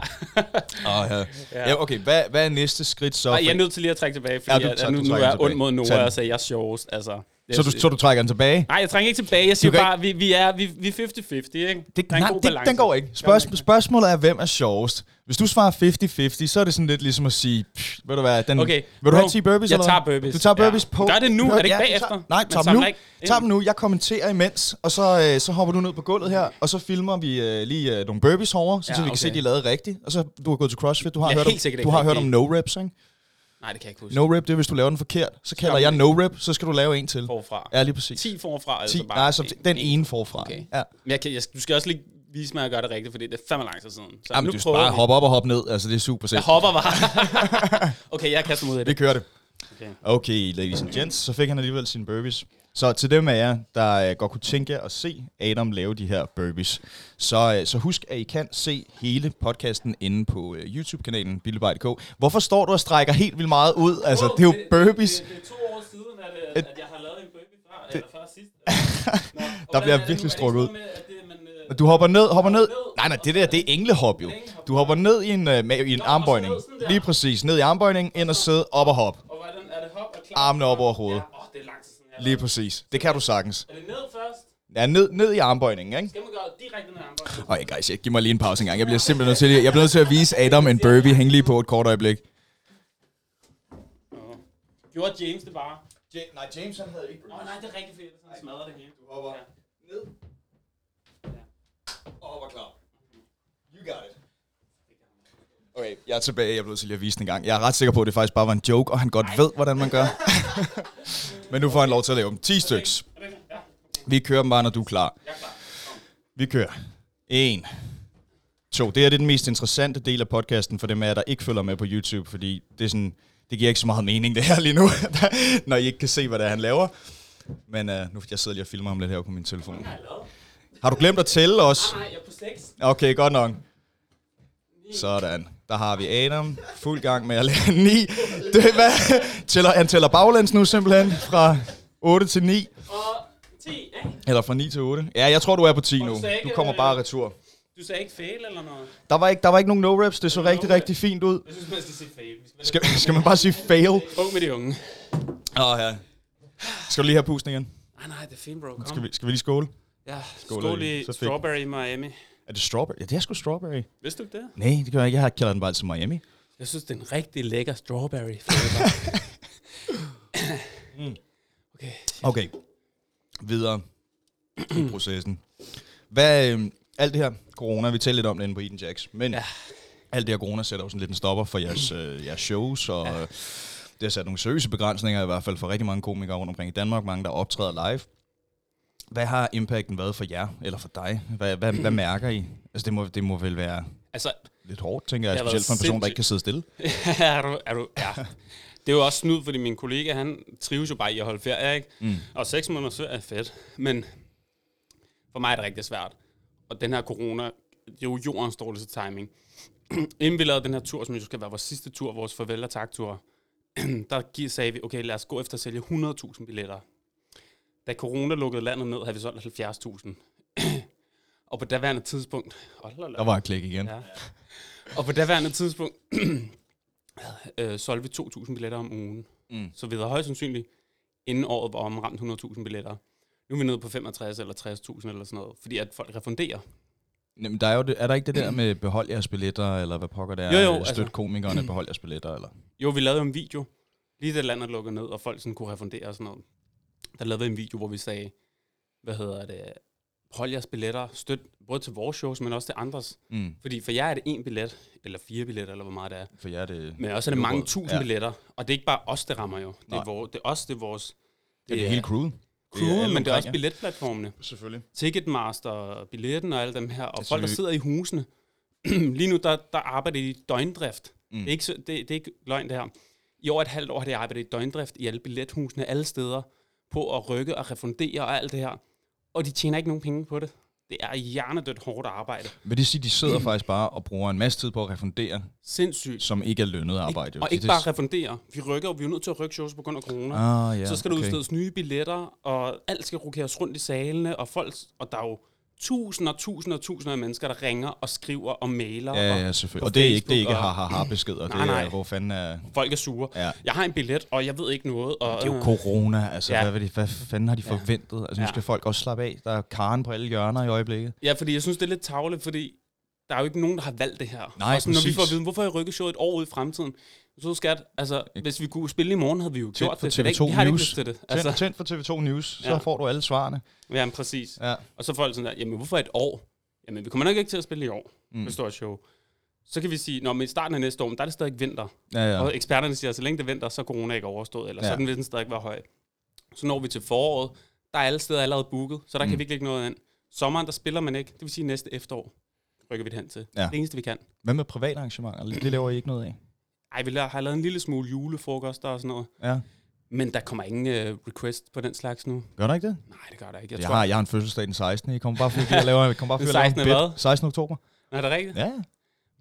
Oh, ja. ja. okay. Hvad, hvad er næste skridt så? Ej, jeg er nødt til lige at trække tilbage, Ja, fordi du ja, tager- nu, du nu er trækker jeg ond tilbage. mod Tag den. Nora og sagde, jeg er sjovest. Altså, så, du, så du trækker den tilbage? Nej, jeg trænger ikke tilbage. Jeg siger kan bare, vi, vi er vi, vi er 50-50, ikke? Det, Der er en nej, god det, balance. den går ikke. Gør den Spørg, spørgsmålet er, hvem er sjovest? Hvis du svarer 50-50, så er det sådan lidt ligesom at sige, pff, ved du hvad, den, Okay, vil du bro, have 10 burpees? jeg eller tager hvad? burpees. Du tager Ja. burpees på. Gør det nu, Hør- er det ikke du bagefter? tager- Nej, Man tag dem samler nu. ikke ind. Tag dem nu. Jeg kommenterer imens, og så, øh, så hopper du ned på gulvet her, og så filmer vi øh, lige øh, nogle burpees herovre, så, Ja, så vi kan se, okay. de er lavet rigtigt. Og så du har gået til CrossFit, du har Jeg er hørt helt sikkert om, ikke du har hørt om rigtig. no reps, ikke? Nej, det kan jeg ikke huske. No rep, det er, hvis du laver den forkert. Så kalder man jeg no rep, så skal du lave en til. Forfra. Ja, lige præcis. 10 forfra, altså 10, bare. nej, så den en. ene forfra. Okay. Ja. Men jeg kan, jeg, du skal også lige vise mig, at jeg gør det rigtigt, fordi det er fandme lang tid siden. Så Jamen, nu du skal prøver bare vi. hoppe op og hoppe ned. Altså, det er super Jeg sæt. hopper bare. okay, jeg kaster mig ud af Vi det. kører det. Okay. Okay, ladies and gents, så fik han alligevel sine burpees. Så til dem af jer, der øh, godt kunne tænke jer at se Adam lave de her burpees, så, øh, så husk, at I kan se hele podcasten inde på øh, YouTube-kanalen billebej.dk. Hvorfor står du og strækker helt vildt meget ud? Altså, det er jo burpees. Det, det, er to år siden, at, øh, at jeg har lavet en burpee før, eller før sidst. Nå, og Der hvad bliver er det nu? virkelig Er det strukket ikke sådan med, at det- man, øh, Du hopper ned, hopper ned. Nej, nej, det der, det er englehop jo. Du hopper ned i en, øh, ma- i en armbøjning. Lige præcis, ned i armbøjningen, ind og sidde, op og hop. Og hvordan er det hop og klar? Armene op over hovedet. Ja, åh, det er lang tid siden. jeg har Lige lavet præcis. Det kan du sagtens. det. Er det ned først? Ja, ned, ned i armbøjningen, ikke? Skal man gøre direkte ned Åh, armbøjningen? oh, guys, jeg, giv mig lige en pause engang. Jeg bliver simpelthen nødt til, jeg bliver nødt til at vise Adam en burpee. Hæng lige på et kort øjeblik. Gjorde James det bare? nej, James han havde ikke Åh oh, nej, det er rigtig fedt, så han smadrer det hele. hopper Ja. ned. Og hopper klar. You got it. Okay, jeg er tilbage. Jeg blev nødt til lige at vise den en gang. Jeg er ret sikker på, at det faktisk bare var en joke, og han godt ved, hvordan man gør. Men nu får han lov til at lave dem. 10 styks. Er det ikke? Ja, Vi kører dem bare, når du er klar. jeg er klar. Vi kører. En. To. Det her det er den mest interessante del af podcasten for dem af jer, der ikke følger med på YouTube, fordi det, er sådan, det giver ikke så meget mening, det her lige nu, når I ikke kan se, hvad det er, han laver. Men uh, nu jeg sidder lige og filmer ham lidt her på min telefon. Jeg er lavet. Har du glemt at tælle os? Ah, Nej, jeg er på 6. Okay, godt nok. Sådan. Der har vi Adam. Fuld gang med at lave 9. Det, er hvad? Tæller, han tæller baglæns nu simpelthen fra 8 til 9. Og 10, ikke? Eller fra 9 til 8. Ja, jeg tror, du er på 10 nu. sagde ikke, Du kommer øh, bare retur. Du sagde ikke fail eller noget? Der var ikke, der var ikke nogen no-reps, det så var rigtig, no-reps. rigtig fint ud. Jeg synes, man skal sige fail. Vi skal være Skal, skal man bare sige fail? Åh lidt ung med de unge. oh, ja. Skal du lige have pusten igen? Ah, Nej, nej, det er fint, bro. Kom. Skal vi, skal vi lige skåle? Ja, Skål, skål i Ali. Så fik- Strawberry Miami. Er det strawberry? Ja, det er sgu strawberry. Vidste du ikke det? Nej, det gør jeg ikke. Jeg har kaldt den bare til Miami. Jeg synes, det er en rigtig lækker strawberry flavor. Mm. okay. Okay. Videre i processen. Hvad, øh, alt det her corona, vi talte lidt om det inde på Eden Jacks, men ja. Ja. alt det her corona sætter jo sådan lidt en stopper for jeres, øh, jeres shows, og ja. det har sat nogle seriøse begrænsninger, i hvert fald for rigtig mange komikere rundt omkring i Danmark, mange der optræder live. Hvad har impacten været for jer, eller for dig? Hvad, hvad, hvad mærker I? Altså det må, det må vel være Altså, lidt hårdt, tænker jeg, Det har specielt for en været person, der sindssygt. ikke kan sidde stille. er du, er du, ja. Det er jo også snud, fordi min kollega, han trives jo bare i at holde ferie, ikke? Mm. Og seks måneder ferie er fedt, men for mig er det rigtig svært. Og den her corona, det er jo jordens dårligste timing. Inden vi lavede den her tur, som jo skal være vores sidste tur, vores farvel og tak-tur, der gi- sagde vi, okay, lad os gå efter at sælge 100.000 billetter. Da corona lukkede landet ned, havde vi solgt 70.000. og på daværende tidspunkt... Hold da op. Der var et klik igen. Ja. Ja. Og på daværende tidspunkt øh, solgte vi 2.000 billetter om ugen. Mm. Mm. Så vi havde højst sandsynligt, inden året var om, ramt 100.000 billetter. Nu er vi nede på 65 eller 60.000 eller sådan noget, fordi at folk refunderer. Jamen, der er, jo det, er der ikke det der med behold jeres billetter, eller hvad pokker det er? Øh, Jo, jo, Støt altså. komikerne, behold jeres billetter, eller? Jo, vi lavede jo en video, lige da landet lukkede ned, og folk sådan kunne refundere og sådan noget. Der lavede vi en video, hvor vi sagde, hvad hedder det, hold jeres billetter, støt både til vores shows, men også til andres. Mm. Fordi for jer er det en billet, eller fire billetter, eller hvor meget det er. For jer er det... Men også er det mange tusind Ja. ja. billetter, og det er ikke bare os, der rammer jo. Det Nej. er, vores, det er os, det er vores... Det er hele crewet. crew, alle men det er omkring, også ja. billetplatformene. Selvfølgelig. Ticketmaster, billetten og alle dem her, og Det er folk, der selvfølgelig- sidder i husene. Lige nu, der, der arbejder de i døgndrift. Mm. Mm. Det, er ikke, så- det, det er ikke løgn, det her. I over et halvt år har de arbejdet i døgndrift i alle billethusene, alle steder, på at rykke og refundere og alt det her. og de tjener ikke nogen penge på det. Det er hjernedødt hårdt arbejde. Men det siger, de sidder Mm. faktisk bare og bruger en masse tid på at refundere, Sindssygt. som ikke er lønnet arbejde. Og Det- ikke det- bare refundere. Vi rykker, og vi er nødt til at rykke shows på grund af corona. Ah, ja, så skal der okay. udstedes nye billetter, og alt skal rokeres rundt i salene, og folk, og der er jo tusinder og tusinder og tusinder af mennesker, der ringer og skriver og mailer. Ja, og ja, selvfølgelig. på Og det er ikke, det er Facebook, ikke og- har beskeder. Nej, Det nej. er, hvor fanden er... Folk er sure. Ja. Jeg har en billet, og jeg ved ikke noget. Og, øh, Det er jo corona, altså Ja. ja. hvad, hvad, de, hvad fanden har de forventet? Altså nu Ja. skal folk også slappe af. Der er karen på alle hjørner i øjeblikket. Ja, fordi jeg synes, det er lidt tavligt, fordi der er jo ikke nogen, der har valgt det her. Nej, og sådan, når vi præcis. får at vide, hvorfor har I rykket showet et år ud i fremtiden? Så skat, altså, hvis vi kunne spille i morgen, havde vi jo Tænd gjort for det. så det er TV2 ikke- vi har ikke News. lyst til det. Altså. Tænd, Altså, tænd for TV2 News, så Ja. får du alle svarene. ja, men præcis. Ja. Og så er folk sådan der, jamen hvorfor et år? Jamen vi kommer nok ikke til at spille i år, mm. Mm. med stort show. Så kan vi sige, når men i starten af næste år, men der er det stadig vinter. Ja, Ja. ja. Og eksperterne siger, at så længe det er vinter, så er corona ikke overstået, eller ja. så Ja. vil den stadig være høj. Så når vi til foråret, der er alle steder allerede booket, så der mm. kan Mm. vi ikke lægge noget ind. Sommeren, der spiller man ikke, det vil sige næste efterår, rykker vi det hen til. Ja. Det eneste, vi kan. Hvad med private arrangementer? Det laver I ikke noget af? Ej, vi la- har lavet en lille smule julefrokoster og sådan noget, Ja. men der kommer ingen uh, request på den slags nu. Gør der ikke det? Nej, det gør der Jeg, ikke. Jeg, jeg, tror, har, jeg har en fødselsdag den 16. Jeg kommer bare fordi jeg laver, jeg kommer bare fordi Den jeg laver 16. en bed. hvad? 16. oktober. Nej, det er rigtigt. Ja,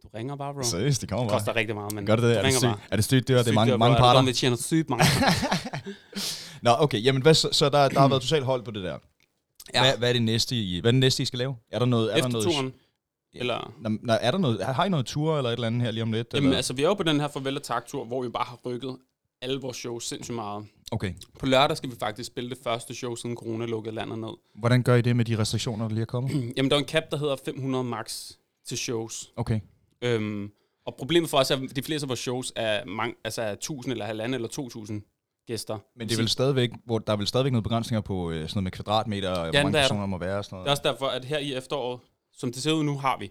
Du ringer bare, bro. Det seriøst, det kommer bare. koster rigtig meget, men Gør det det? du Er det ringer bare. sygt? Er det sygt? Det er, det er mange, Sygt, mange hvor er det parter. dumt, vi tjener sygt mange. Nå, okay. Jamen, hvad, så, så der, der har været totalt hold på det der. Ja. Ja. Hvad, hvad, er det næste, I, hvad er det næste, I skal lave? Er der noget... Er der Efter noget, turen. Ja. Eller, Nå, Nå, er der noget, har I noget tur eller et eller andet her lige om lidt? jamen, eller? altså, vi er jo på den her farvel og tak-tur, hvor vi bare har rykket alle vores shows sindssygt meget. Okay. På lørdag skal vi faktisk spille det første show, siden corona lukkede landet ned. Hvordan gør I det med de restriktioner, der lige er kommet? Jamen, der er en cap, der hedder 500 max til shows. Okay. Øhm, og problemet for os er, at de fleste af vores shows er, mange, altså er 1000 eller 1.500 eller 2.000 gæster. Men det er vel stadigvæk, hvor der er vel stadigvæk nogle begrænsninger på øh, sådan noget med kvadratmeter, og hvor der er mange der. personer der må være og sådan Det er noget. også derfor, at her i efteråret, som det ser ud nu, har vi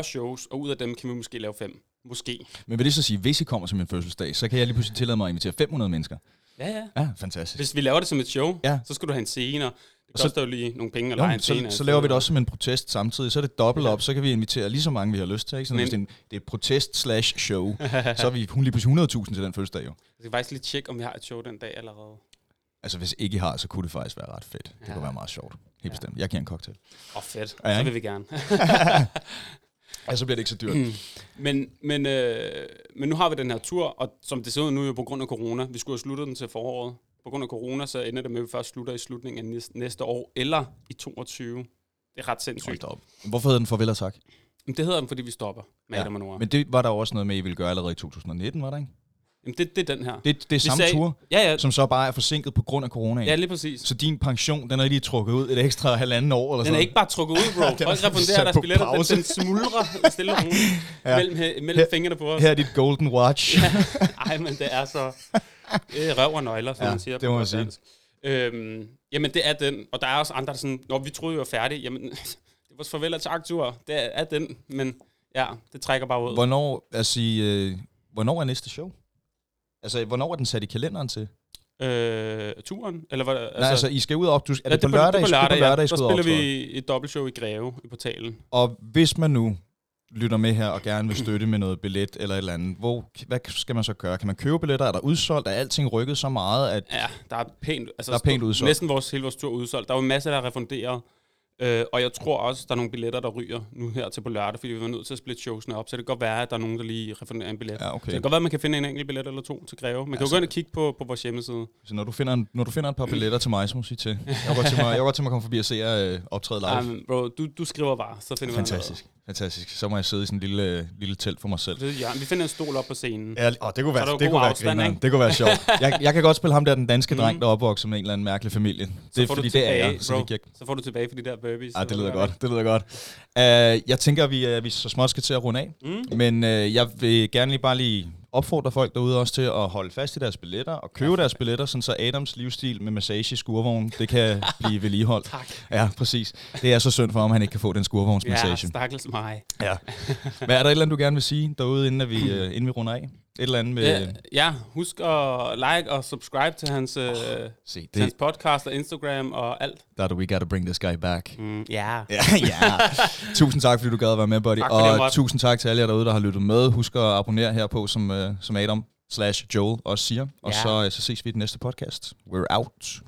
30-40 shows, og ud af dem kan vi måske lave fem. Måske. Men vil det så sige, hvis I kommer til min fødselsdag, så kan jeg lige pludselig tillade mig at invitere 500 mennesker? Ja, ja. Ja, fantastisk. Hvis vi laver det som et show, ja. Ja. så skal du have en scene, og det Og så- koster jo lige nogle penge Jo, at lege en men scene. altså. så, af så et laver vi sted. det også som en protest samtidig. Så er det dobbelt Ja. op, så kan vi invitere lige så mange, vi har lyst til. Ikke? Sådan, Men- hvis det, er en, det er et protest-slash-show, så er vi hun lige pludselig 100.000 til den fødselsdag jo. Jeg skal faktisk lige tjekke, om vi har et show den dag allerede. Altså hvis ikke I har, så kunne det faktisk være ret fedt. Det Ja. kunne være meget sjovt. Helt ja. Ja. bestemt. Jeg giver en cocktail. Åh, oh, fedt. Ja, Så ikke? vil vi gerne. Ja, så bliver det ikke så dyrt. Men, men, øh, men nu har vi den her tur, og som det ser ud nu jo på grund af corona, vi skulle have sluttet den til foråret. På grund af corona, så ender det med, at vi først slutter i slutningen af næste, næste år, eller i 22. Det er ret Hold sindssygt. da op. Hvorfor hedder den Farvel og Tak? Men det hedder den, fordi vi stopper med ja, Ja, Adam og Nora. Men, Men det var der jo også noget med, I ville gøre allerede i 2019, var der ikke? Jamen, det, det er den her. Det, det er Vi samme sagde- tur, ja, ja, som så bare er forsinket på grund af coronaen. ja, Ja. lige præcis. Så din pension, den er lige trukket ud et ekstra halvanden år eller Den er sådan ikke bare trukket ud, bro. Den er Folk refunderer sat deres på billetter, den, pause. den smuldrer stille og roligt ja. Ja. mellem, he- mellem Her- fingrene på noget. os. Her er dit golden watch. Ja. Ej, men det er så det er røv og nøgler, som ja, Ja, man siger. det må på man godt sige. dansk. Øhm, jamen, det er den. Og der er også andre, der sådan, når vi troede, vi var færdige, jamen, det var farvel og tak, tur. Det er, er den, men ja, det trækker bare ud. Hvornår, altså, øh, hvornår er næste show? Altså, hvornår er den sat i kalenderen til? Altså, Øh, turen? Eller hvad? Nej, altså, I skal ud og optage. Er det, ja, på lørdag, det er på lørdag, I ja. skal ud Der og spiller optræde? vi et dobbeltshow i Greve i portalen. Og hvis man nu lytter med her og gerne vil støtte med noget billet eller et eller andet, hvor, hvad skal man så gøre? Kan man købe billetter? Er der udsolgt? Er alting rykket så meget, at Ja, der er pænt, altså, Der er pænt stå- udsolgt. Næsten vores, hele vores tur er udsolgt. Der er jo masser, der er refunderet. Øh, og jeg tror også, der er nogle billetter, der ryger nu her til på lørdag, fordi vi var nødt til at splitte showsene op. Så det kan godt være, at der er nogen, der lige refunderer en billet. Ja, okay. Så det kan godt være, at man kan finde en enkelt billet eller to til Greve. Man kan Altså- jo gå ind og kigge på, på vores hjemmeside. Så når du finder, en, når du finder et par billetter til mig, så må du sige til. Jeg går til mig, jeg går til mig at komme forbi og se jer øh, optræde live. Ej, men bro, du, du skriver bare, så finder vi fantastisk, fantastisk. Så må jeg sidde i sådan en lille, øh, lille telt for mig selv. Noget. Ja, vi finder en stol op på scenen. Ja, åh, det kunne Så er der være, jo det god kunne være, afstand, grineren. ikke? Mm. det kunne være sjovt. Jeg, jeg kan godt spille ham der, den danske dreng, der er opvokset med en eller anden mærkelig familie. Det er får du fordi, det er tilbage, jeg. Så bro. det giver, Så får du tilbage for de der burpees. Ah, det lyder Eller- godt, det lyder godt. Uh, jeg tænker, at vi, uh, vi så småt skal til at runde af, mm. men uh, jeg vil gerne lige bare lige opfordre folk derude også til at holde fast i deres billetter og købe deres billetter, sådan så Adams livsstil med massage i skurvognen, det kan blive vedligeholdt. Tak. Ja, præcis. Det er så synd for ham, at han ikke kan få den Ja, skurvognsmassage. stakkels mig. Ja. Hvad er der et eller andet, du gerne vil sige derude, inden, at vi, uh, inden vi runder af? Et eller andet med... øh, Ja, ja, husk at like og subscribe til hans, oh, Se, til hans det, podcast og Instagram og alt. that we gotta bring this guy back. Mm, ja. Ja, ja. Tusind tak, fordi du gad at være med, buddy. Tak, fordi jeg og måtte. tusind tak til alle jer derude, der har lyttet med. Husk at abonnere her på, som, øh, som Adam slash Joel også siger. Og Ja. så, øh, så ses vi i den næste podcast. We're out.